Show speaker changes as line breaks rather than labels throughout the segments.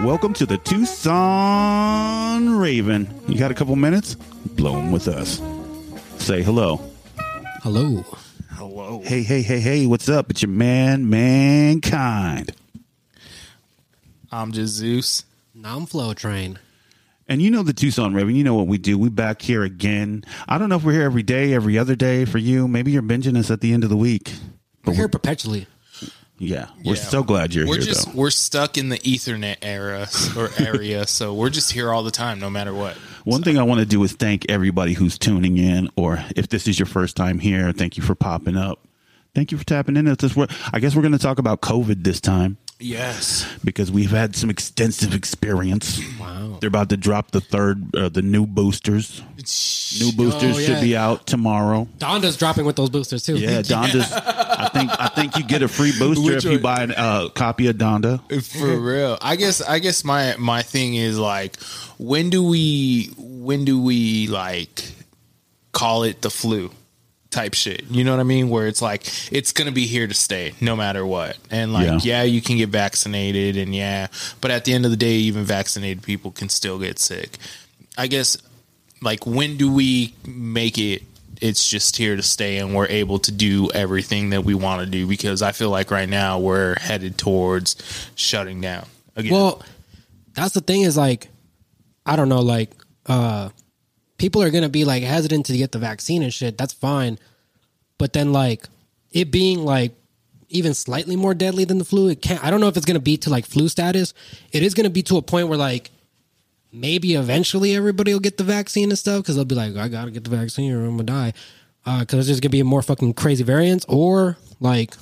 Welcome to the Tucson Raven. You got a couple minutes? Blow 'em with us. Say hello.
Hello.
Hello. Hey, hey, hey, hey, what's up? It's your man, Mankind.
I'm just Zeus.
Non-flow train.
And you know the Tucson Raven. You know what we do. We back here again. I don't know if we're here every day, every other day for you. Maybe you're binging us at the end of the week.
We're here perpetually.
Yeah. We're
Yeah.
so glad you're
we're
here,
just
though.
we're stuck in the Ethernet era or area, so we're just here all the time, no matter what.
One thing I want to do is thank everybody who's tuning in, or if this is your first time here, thank you for popping up. Thank you for tapping in. It's just- we're- I guess we're going to talk about COVID this time
Yes,
because we've had some extensive experience.
Wow.
They're about to drop the third, uh, the new boosters. New boosters
Oh, yeah.
should be out tomorrow.
Donda's dropping with those boosters too.
Yeah, Donda's. I think I think you get a free booster
Which
if you
are-
buy a uh, copy of Donda.
for real. I guess I guess my my thing is like, when do we when do we like call it the flu type shit? You know what I mean? Where it's like it's gonna be here to stay, no matter what. And like, yeah, you can get vaccinated, and yeah, but at the end of the day, even vaccinated people can still get sick. I guess like when do we make it it's just here to stay and we're able to do everything that we want to do because I feel like right now we're headed towards shutting down again.
Well, that's the thing is like, I don't know, like, uh, people are gonna be like hesitant to get the vaccine and shit. That's fine, but then like it being like even slightly more deadly than the flu, it can't. I don't know if it's gonna be to like flu status. It is gonna be to a point where like maybe eventually everybody will get the vaccine and stuff because they'll be like, I gotta get the vaccine or I'm gonna die. Because there's just gonna be more fucking crazy variants, or like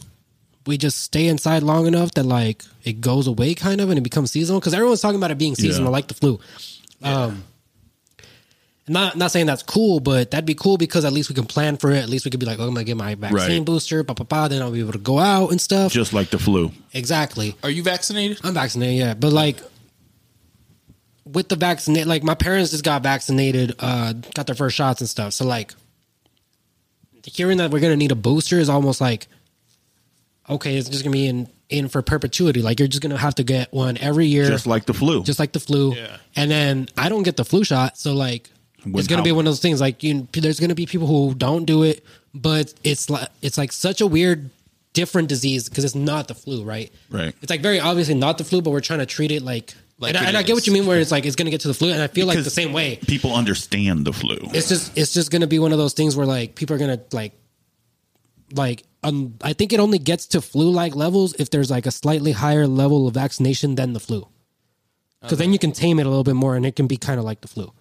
we just stay inside long enough that like it goes away, kind of, and it becomes seasonal. Because everyone's talking about it being seasonal, like the flu. Um, not not saying that's cool, but that'd be cool because at least we can plan for it. At least we could be like, oh, I'm gonna get my vaccine
Right.
booster, blah blah blah. Then I'll be able to go out and stuff.
Just like the flu.
exactly.
Are you vaccinated?
I'm vaccinated, yeah. But like with the vaccinate, like my parents just got vaccinated, uh, got their first shots and stuff. So like hearing that we're gonna need a booster is almost like okay, it's just gonna be in in for perpetuity. Like you're just gonna have to get one every year,
Just like the flu.
just like the flu.
Yeah.
And then I don't get the flu shot, so like
When-
it's gonna
how-
be one of those things. Like you, there's gonna be people who don't do it, but it's like it's like such a weird, different disease because it's not the flu, right?
Right.
It's like very obviously not the flu, but we're trying to treat it like.
Like
and I,
it
and I get
is.
what you mean, where it's like it's gonna get to the flu, and I feel like the
Because
same way.
People understand the flu.
It's just it's just gonna be one of those things where like people are gonna like, like um, I think it only gets to flu like levels if there's like a slightly higher level of vaccination than the flu, because then you can tame it a little bit more, and it can be kind of like the flu.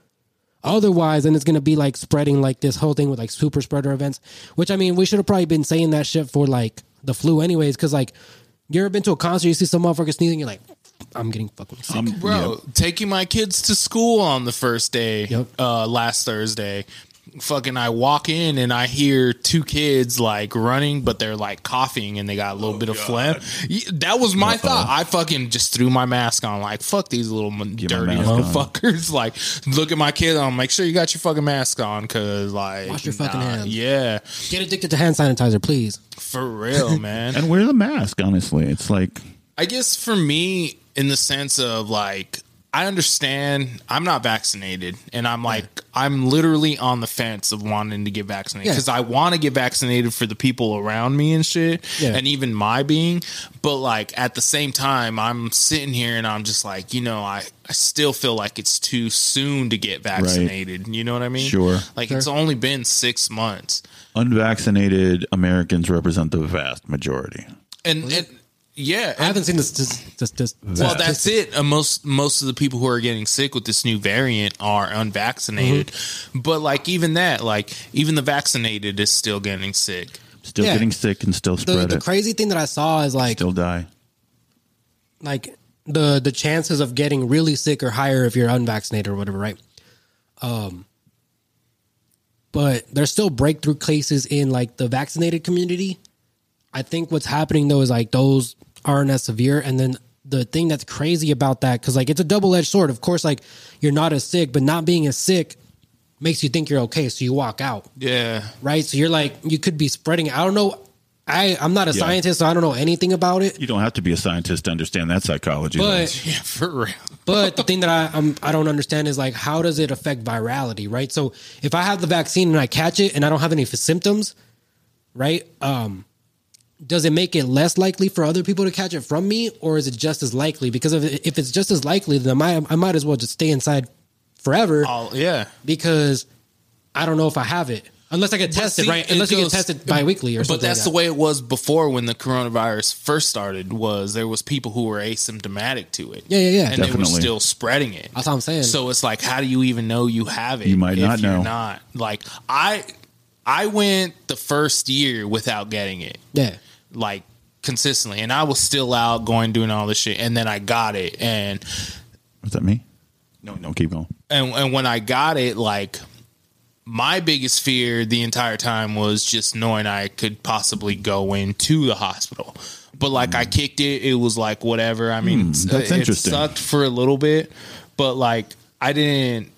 Otherwise, then it's gonna be like spreading like this whole thing with like super spreader events, which I mean, we should have probably been saying that shit for like the flu, anyways. Because like, you ever been to a concert, you see some motherfucker sneezing, you're like, I'm getting fucking sick.
I'm-
Bro, taking my kids to school on the first day,
Yep.
uh, last Thursday. Fucking, I walk in and I hear two kids like running, but they're like coughing and they got a little bit of phlegm. Y- That was my thought. I fucking just threw my mask on, like, fuck these little m- dirty
mask on.
motherfuckers. like, look at my kid. I'm make sure you got your fucking mask on because, like,
Wash your fucking hands.
Yeah,
Get addicted to hand sanitizer, please.
for real, man.
and wear the mask, honestly. It's like
I guess for me, in the sense of like, I understand I'm not vaccinated, and I'm like, I'm literally on the fence of wanting to get vaccinated
Yeah.
because I want to get vaccinated for the people around me and shit,
Yeah.
and even my being. But like at the same time, I'm sitting here and I'm just like, you know, I I still feel like it's too soon to get vaccinated. You know what I mean?
Sure.
Like
Sure.
it's only been six months.
unvaccinated Americans represent the vast majority.
and, and yeah,
I haven't seen this. this, this, this
Well, that's it. Uh, most most of the people who are getting sick with this new variant are unvaccinated. But like even that, like even the vaccinated is still getting sick.
Still
Yeah.
getting sick and still
The,
spread
the
it.
crazy thing that I saw is like
still die.
like the the chances of getting really sick are higher if you're unvaccinated or whatever, right? Um, but there's still breakthrough cases in like the vaccinated community. I think what's happening though is like those aren't as severe, and then the thing that's crazy about that because like it's a double edged sword. Of course, like you're not as sick, but not being as sick makes you think you're okay, so you walk out,
Yeah.
right? So you're like you could be spreading. I don't know. I I'm not a
Yeah.
scientist, so I don't know anything about it.
You don't have to be a scientist to understand that psychology. though.
But
Yeah, for real.
But the thing that I I'm, I don't understand is like how does it affect virality, right? So if I have the vaccine and I catch it and I don't have any f- symptoms, right? Um, does it make it less likely for other people to catch it from me, or is it just as likely? Because if, it- if it's just as likely, then I might, I might as well just stay inside forever
All, yeah.
because I don't know if I have it unless I get tested,
see,
right?
it
Unless you get
goes-
tested biweekly or
But
something.
that's the way it was before when the coronavirus first started. Was there was people who were asymptomatic to it?
Yeah, yeah, yeah.
and they were
Definitely.
still spreading it.
That's what I'm saying.
So it's like, how do you even know you have it?
You might not
you're
know.
Not like I, I went the first year without getting it,
yeah.
like consistently, and I was still out going doing all this shit, and then I got it, and
What's that mean? No, no, keep going.
and and when I got it, like my biggest fear the entire time was just knowing I could possibly go into the hospital. But like I kicked it, it was like whatever. I mean, it's-
Mm. that's
it
interesting.
sucked for a little bit, but like I didn't.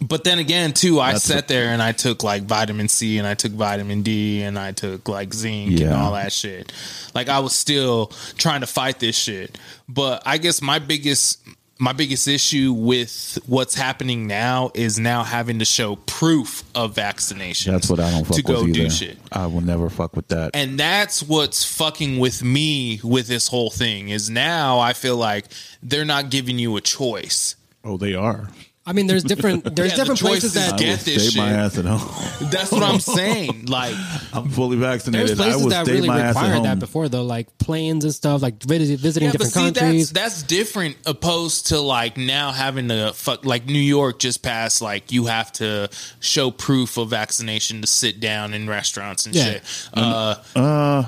But then again, too, I
That's
sat
what-
there and I took like vitamin C and I took vitamin D and I took like zinc and
Yeah.
all that shit. Like I was still trying to fight this shit. But I guess my biggest my biggest issue with what's happening now is now having to show proof of vaccination.
That's what I don't fuck
to go
with either.
do shit.
I will never fuck with that.
And that's what's fucking with me with this whole thing is now I feel like they're not giving you a choice.
oh, they are.
I mean, there's different there's
Yeah, the
different places
choices
that
get
I will
this
stay my
shit.
ass at home.
That's what I'm saying. Like
I'm fully vaccinated.
There's
I
places
will
that
stay
really
my ass at
required
home.
that before, though, like planes and stuff, like visit- visiting different countries.
That's, that's different opposed to like now having to fuck like New York just passed like you have to show proof of vaccination to sit down in restaurants and
Yeah. Mm-hmm.
shit. Uh,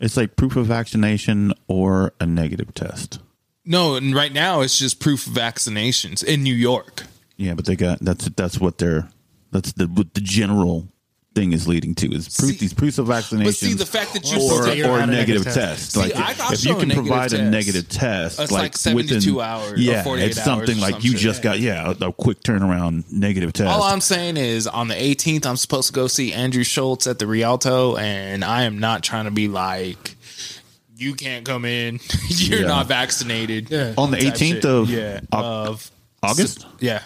It's like proof of vaccination or a negative test.
no, and right now it's just proof of vaccinations in New York.
Yeah, but they got that's that's what they're that's the what the general thing is leading to is proof
See-
these proofs of vaccination.
But see the fact that you
or,
say
or
had
a
a negative
negative test.
test.
Like
See, I- I'll
if
show
you
a
can
negative
provide a
test.
negative test,
It's like 72 hours or
yeah,
48
it's
hours
something
or
like
some
you
shit.
just got yeah a, a quick turnaround negative test.
All I'm saying is on the 18th I'm supposed to go see Andrew Schultz at the Rialto and I am not trying to be like you can't come in. You're
Yeah.
not vaccinated.
Yeah.
On the
Type
18th
shit.
of
yeah,
Au-
of
August?
Yeah.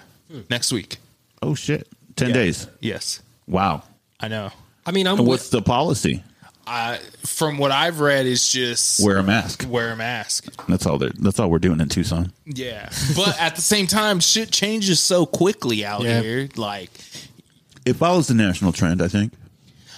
Next week.
oh shit, ten
Yeah.
days.
Yes.
Wow.
I know.
I mean,
And
I'm with,
what's the policy?
I from what I've read is just
Wear a mask.
wear a mask.
That's all. they're- That's all we're doing in Tucson.
Yeah. But at the same time, shit changes so quickly out
Yeah.
here. Like
It follows the national trend, I think.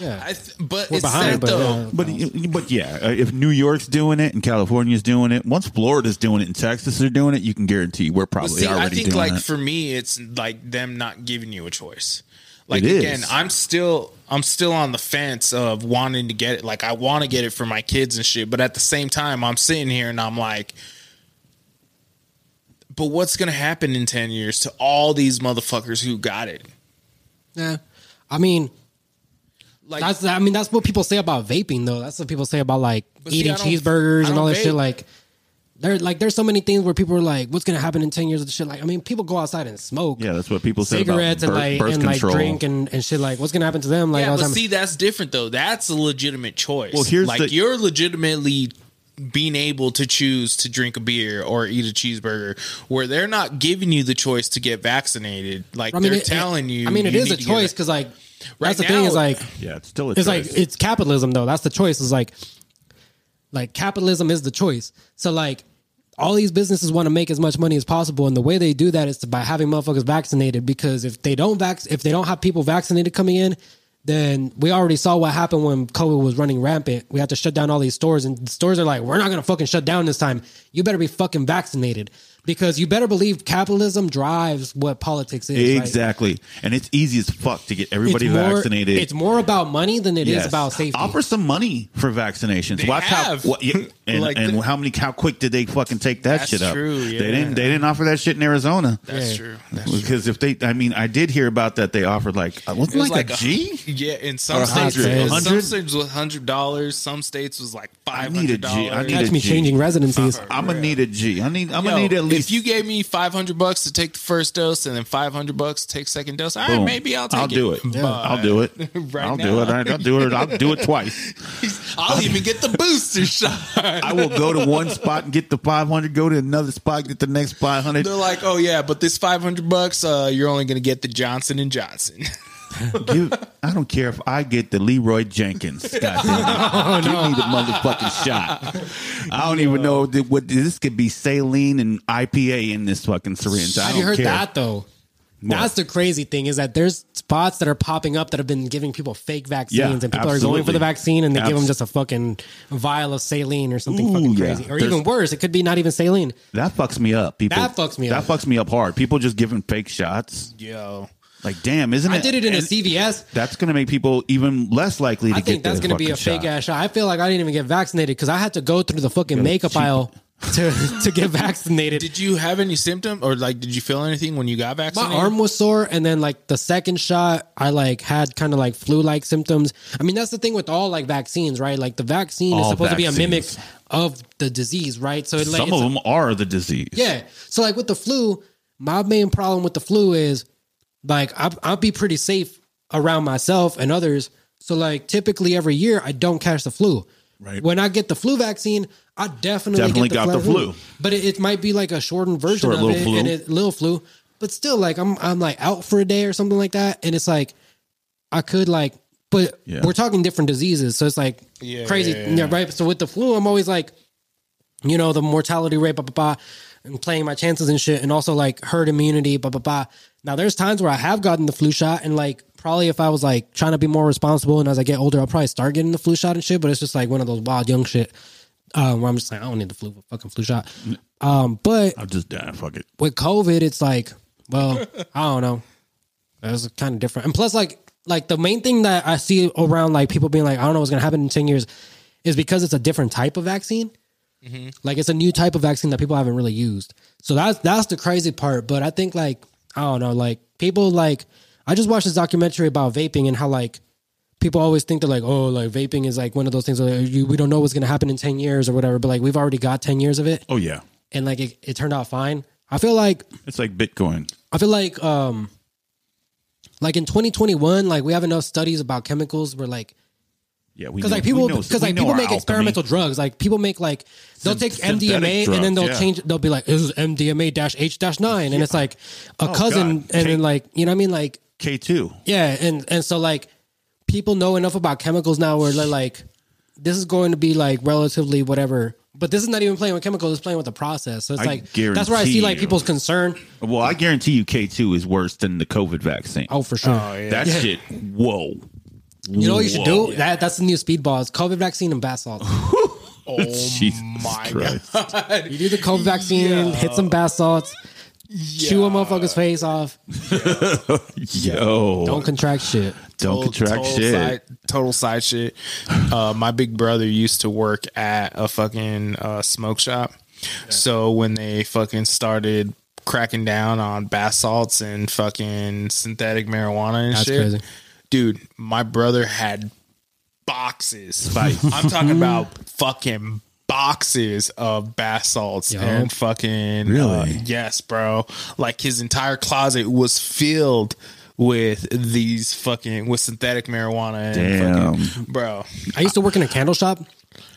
yeah.
I th- but
We're
it's
behind,
sad
but,
though.
uh,
But but yeah, uh, if New York's doing it and California's doing it, once Florida's doing it and Texas are doing it, you can guarantee we're
But
probably
see,
already
I think
doing
like
it.
for me, it's like them not giving you a choice. Like
It is.
again, I'm still I'm still on the fence of wanting to get it. Like I want to get it for my kids and shit, but at the same time, I'm sitting here and I'm like, but what's gonna happen in ten years to all these motherfuckers who got it?
yeah. I mean,
Like
that's I mean that's what people say about vaping though. That's what people say about like
But see,
eating
I don't-
cheeseburgers
I
and all
don't
that shit.
vape.
Like there, like there's so many things where people are like, "What's gonna happen in ten years of the shit?" Like, I mean, people go outside and smoke
yeah, that's what people say about
cigarettes and
birth,
like
birth
and like
control.
drink and, and shit. Like, what's gonna happen to them? Like,
yeah,
all the
but
time.
see, that's different though. That's a legitimate choice.
Well, here's
like
the-
you're legitimately being able to choose to drink a beer or eat a cheeseburger, where they're not giving you the choice to get vaccinated. Like
I mean,
they're
it-
telling you.
I mean, it
you
is
need
a
to get
choice
it.
because like
Right
that's the thing
now-
is like
yeah, it's still a
it's
choice.
like it's capitalism though that's the choice is like like capitalism is the choice so like all these businesses want to make as much money as possible and the way they do that is by having motherfuckers vaccinated because if they don't vac- if they don't have people vaccinated coming in then we already saw what happened when covid was running rampant we had to shut down all these stores and the stores are like we're not going to fucking shut down this time you better be fucking vaccinated because you better believe capitalism drives what politics is right?
exactly, and it's easy as fuck to get
It's
everybody
more-
vaccinated.
it's more about money than it is
Yes.
about safety
Offer some money for vaccinations.
They
Watch
have.
how what, yeah, and,
Like
and
the-
how many how quick did they fucking take that
That's
shit up?
true,
They
yeah.
didn't. They didn't offer that shit in Arizona.
That's
Yeah.
true. That's true.
Because if they, I mean, I did hear about that. They offered like it wasn't
It was
like, a
a-
G.
Yeah, in
Or
some
a
states,
hundred.
in some
100?
states was hundred dollars. Some states was like five
need a G.
hundred
I
dollars.
need
That's
a
me
G.
changing residencies.
I'm gonna need a G. I need. I'm
Yo,
gonna need at
if if you gave me five hundred bucks to take the first dose and then five hundred bucks to take second dose, all right,
Boom.
maybe I'll take
I'll
it.
do it. I'll do it.
Right
I'll do
now.
it. I- I'll do it. I'll do it twice.
I'll even get the booster shot.
I will go to one spot and get the 500, go to another spot, get the next 500.
They're like, oh yeah, but this five hundred bucks, uh, you're only gonna get the Johnson and Johnson.
Give, I don't care if I get the Leroy Jenkins. Goddamn it. Give me the motherfucking shot. I don't even know that what this could be saline and IPA in this fucking syringe. I
Have
don't
you heard
care.
that though? That's the crazy thing is that there's spots that are popping up that have been giving people fake vaccines
Yeah,
and people are
absolutely.
going for the vaccine and they give
Abs-
them just a fucking vial of saline or something
Ooh,
fucking
yeah.
crazy. Or
There's-
even worse, it could be not even saline.
That fucks me up. People.
That fucks me up.
That fucks me up hard. People just giving fake shots.
Yo,
Like, damn, isn't it?
I did it in a
and
CVS.
That's going to make people even less likely to
I
get
think that's
going to
be a fake
shot.
ass shot. I feel like I didn't even get vaccinated because I had to go through the fucking makeup
cheap-
aisle to, to get vaccinated.
did you have any symptom or like did you feel anything when you got
my
vaccinated?
arm was sore and then like the second shot i like had kind of like flu-like symptoms i mean that's the thing with all like vaccines right like the vaccine is
All
supposed to be a mimic
vaccines.
of the disease right so it, like,
Some
it's-
of them are the disease.
yeah so like with the flu my main problem with the flu is like I, i'll be pretty safe around myself and others so like typically every year i don't catch the flu
Right.
when i get the flu vaccine i definitely
Definitely
get
got
the
the
flu.
flu.
but it, it might be like a shortened version
Short
of
little
it
flu.
and it little flu but still like i'm i'm like out for a day or something like that and it's like i could like but
Yeah.
we're talking different diseases so it's like
Yeah,
crazy
yeah, yeah.
yeah, right so with the flu i'm always like you know, the mortality rate, blah, blah, blah, and playing my chances and shit, and also like herd immunity, blah, blah, blah. Now, there's times where I have gotten the flu shot, and like probably if I was like trying to be more responsible and as I get older, I'll probably start getting the flu shot and shit, but it's just like one of those wild young shit uh, where I'm just like, I don't need the flu, fucking flu shot. Um, but
I'm just dying. Fuck it.
with COVID, it's like, well, I don't know. That's kind of different. And plus, like, like the main thing that I see around like people being like, I don't know what's gonna happen in ten years, is because it's a different type of vaccine. Like it's a new type of vaccine that people haven't really used. So that's that's the crazy part. But I think like I don't know, like people like I just watched this documentary about vaping and how like people always think they're like, oh, like vaping is like one of those things where like, you, we don't know what's gonna happen in ten years or whatever. But like we've already got ten years of it,
Oh, yeah.
and like it, it turned out fine. I feel like
It's like Bitcoin.
I feel like um like in 2021, like we have enough studies about chemicals where like
Yeah, we
because
know-
like
we
people
know-
because
we
like
know
people
our
make
alchemy.
experimental drugs. Like people make like they'll
Syn-
take
synthetic
MDMA and
drugs,
then they'll
yeah.
change. They'll be like this is MDMA dash H dash nine, and it's like a
Oh,
cousin,
God.
and
Take-
then like you know what I mean like
K two.
yeah, and and so like people know enough about chemicals now where they're like, this is going to be like relatively whatever. But this is not even playing with chemicals; it's playing with the process. So it's
I
like that's where I see
guarantee
like
you.
people's concern.
Well, I guarantee you, K two is worse than the COVID vaccine.
Oh, for sure.
that shit. Whoa.
You know what you should
Whoa.
do? That that's the new speedball. It's COVID vaccine and bath salts. Oh
Jesus
my
Christ.
You do the COVID vaccine, hit some bath salts, chew a motherfucker's face off.
Yo,
Don't
don't,
contract shit.
contract shit.
Side, total side shit. Uh, my big brother used to work at a fucking uh, smoke shop. So when they fucking started cracking down on bath salts and fucking synthetic marijuana and
That's
shit,
crazy.
dude, my brother had boxes. Like I'm talking about fucking boxes of bath salts
Yo.
and fucking
Really?
uh, yes, bro. Like his entire closet was filled with these fucking with synthetic marijuana and
Damn.
fucking bro.
I used to work in a candle shop.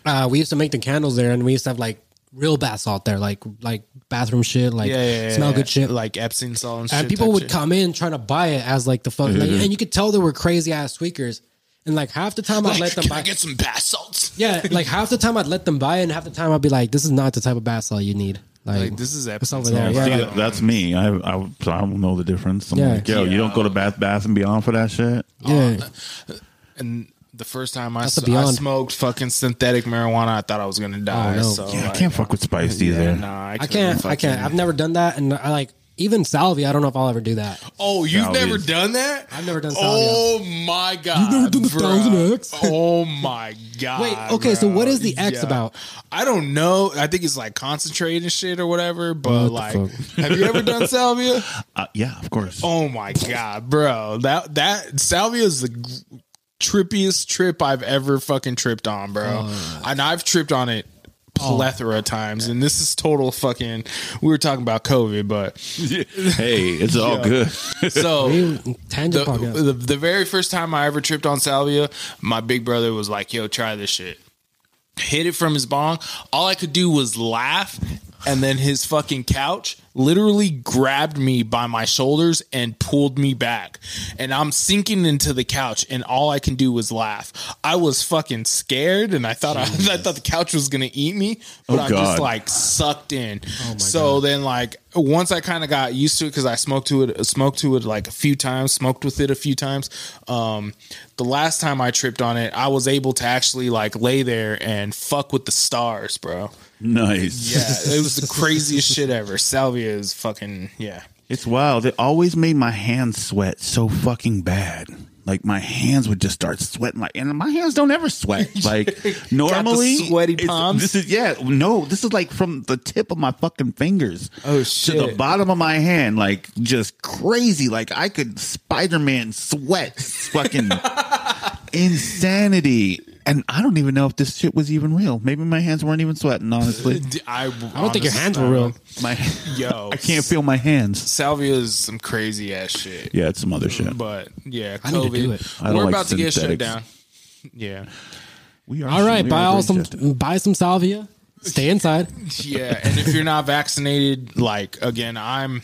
Uh, we used to make the candles there, and we used to have like real bath salt there, like like bathroom shit, like
Yeah, yeah, yeah,
smell
yeah.
good shit.
Like Epstein salt and shit. Mm-hmm.
and people
type
would
shit.
come in trying to buy it as like the fucking, like, and you could tell they were crazy ass tweakers. And like half the time, I'd
Like,
let them
can
buy.
I get some bath salts?
yeah, like half the time I'd let them buy, it, and half the time I'd be like, "This is not the type of bath salt you need."
Like this is Epstein
over there?
salt.
Yeah,
See,
like-
that- that's me. I, I I don't know the difference. I'm
Yeah. Oh
like, yo, you don't go to Bath Bath and Beyond for that shit.
yeah,
And the first time I,
a
s- I
beyond. Oh,
smoked fucking synthetic marijuana, I thought I was gonna die.
no.
So
Yeah, I
like,
can't fuck with spice either.
yeah, nah, I,
I
couldn't
can't. I
fucking-
can't. I've never done that, and I like even salvia. I don't know if I'll ever do that.
Oh, you've
Salvia.
never done that?
I've never done salvia.
Oh my god! You've
never done the thousand X?
Oh my god!
Wait, okay, so
bro.
what is the X about?
I don't know. I think it's like concentrate and shit or whatever.
What
But like,
the
have you ever done salvia?
Uh, yeah, of course.
Oh my god, bro! That that salvia is the gr-
Uh.
trippiest trip I've ever fucking tripped on, bro. And I've tripped on it
Oh.
plethora of times, and this is total fucking. We were talking about COVID, but
hey, it's all good.
so.
We- Tangent
The,
podcast.
the, the very first time I ever tripped on salvia, my big brother was like, "Yo, try this shit." Hit it from his bong. All I could do was laugh, and then his fucking couch literally grabbed me by my shoulders and pulled me back. And I'm sinking into the couch, and all I can do was laugh. I was fucking scared, and I thought I, I thought the couch was gonna eat me, but
Oh,
I'm just
God.
like sucked in.
Oh
so then, like once I kind of got used to it because I smoked to it, smoked to it like a few times, smoked with it a few times. Um, the last time I tripped on it, I was able to actually like lay there and fuck with the stars, bro.
Nice.
Yeah, it was the craziest shit ever. Salvia is fucking yeah.
It's wild. It always made my hands sweat so fucking bad. Like my hands would just start sweating, like, and my hands don't ever sweat. Like normally,
sweaty
it's-
palms?
This is yeah, no, this is like from the tip of my fucking fingers
Oh,
to the
shit.
bottom of my hand, like just crazy. Like I could Spider Man sweat, fucking insanity. And I don't even know if this shit was even real. Maybe my hands weren't even sweating. Honestly,
I,
I don't think your hands were real.
my
Yo,
I can't feel my hands.
Salvia is some crazy ass shit.
Yeah, it's some other shit.
But yeah,
I need to
COVID.
do it.
I don't
We're
like
about to get shut
synthetics.
down. Yeah,
We are
All right,
we
buy
are
all
very
some
justified.
buy some salvia. Stay inside.
yeah. And if you're not vaccinated, like again, I'm,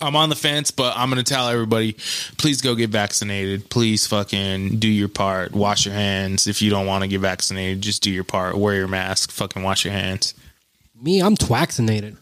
I'm on the fence, but I'm gonna tell everybody, please go get vaccinated. Please fucking do your part. Wash your hands. If you don't want to get vaccinated, just do your part. Wear your mask. Fucking wash your hands.
Me, I'm twaxinated.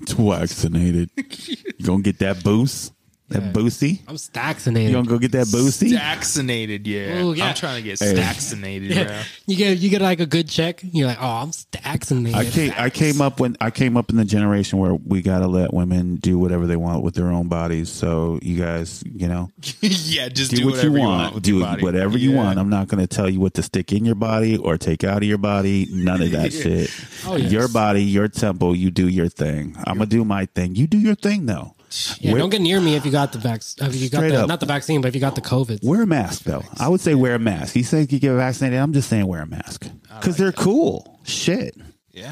vaccinated. you gonna get that boost? That
Yeah.
boosty?
I'm
You gonna
staxinated.
go get that boosty?
Vaccinated, yeah.
Ooh, yeah.
I'm trying to get
Hey.
vaccinated, bro.
You get you get like a good check. You're like, oh, I'm staxinated.
I came, I came up when I came up in the generation where we gotta let women do whatever they want with their own bodies. So you guys, you know,
yeah, just
do,
do,
what
whatever
you want.
with
do
your body.
whatever you
Yeah.
want. I'm not gonna tell you what to stick in your body or take out of your body. None of that shit.
Oh, yes.
Your body, your temple. You do your thing. I'm gonna do my thing. You do your thing though.
Yeah,
Wear-
don't get near me if you got the vaccine. If you got
Straight
the,
up.
not the vaccine, but if you got the COVID.
Wear a mask, though. I would say wear a mask. He says you get vaccinated. I'm just saying wear a mask because they're cool. Shit,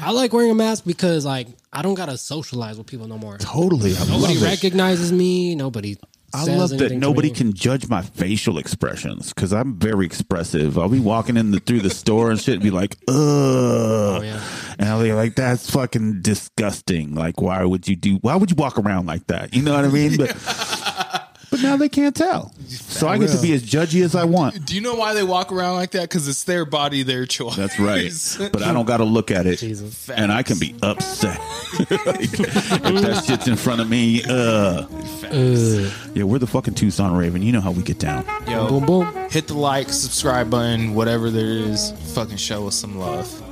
I like wearing a mask because like I don't gotta socialize with people no more.
totally. I
Nobody
love it.
recognizes me. Nobody.
I
says
love that
anything to
nobody
me.
can judge my facial expressions because I'm very expressive. I'll be walking in the, through the store and shit and be like, ugh.
Oh, yeah.
And I'll be like, that's fucking disgusting. Like, why would you do, why would you walk around like that? You know what I mean? But, but now they can't tell. So I get to be as judgy as I want.
Do you know why they walk around like that? Because it's their body, their choice.
That's right. But I don't got to look at it,
Jesus.
and I can be upset Like, if that shit's in front of me. Uh,
Ugh.
yeah, we're the fucking Tucson Raven. You know how we get down.
Yo,
boom boom.
hit the like, subscribe button, whatever there is. Fucking show us some love.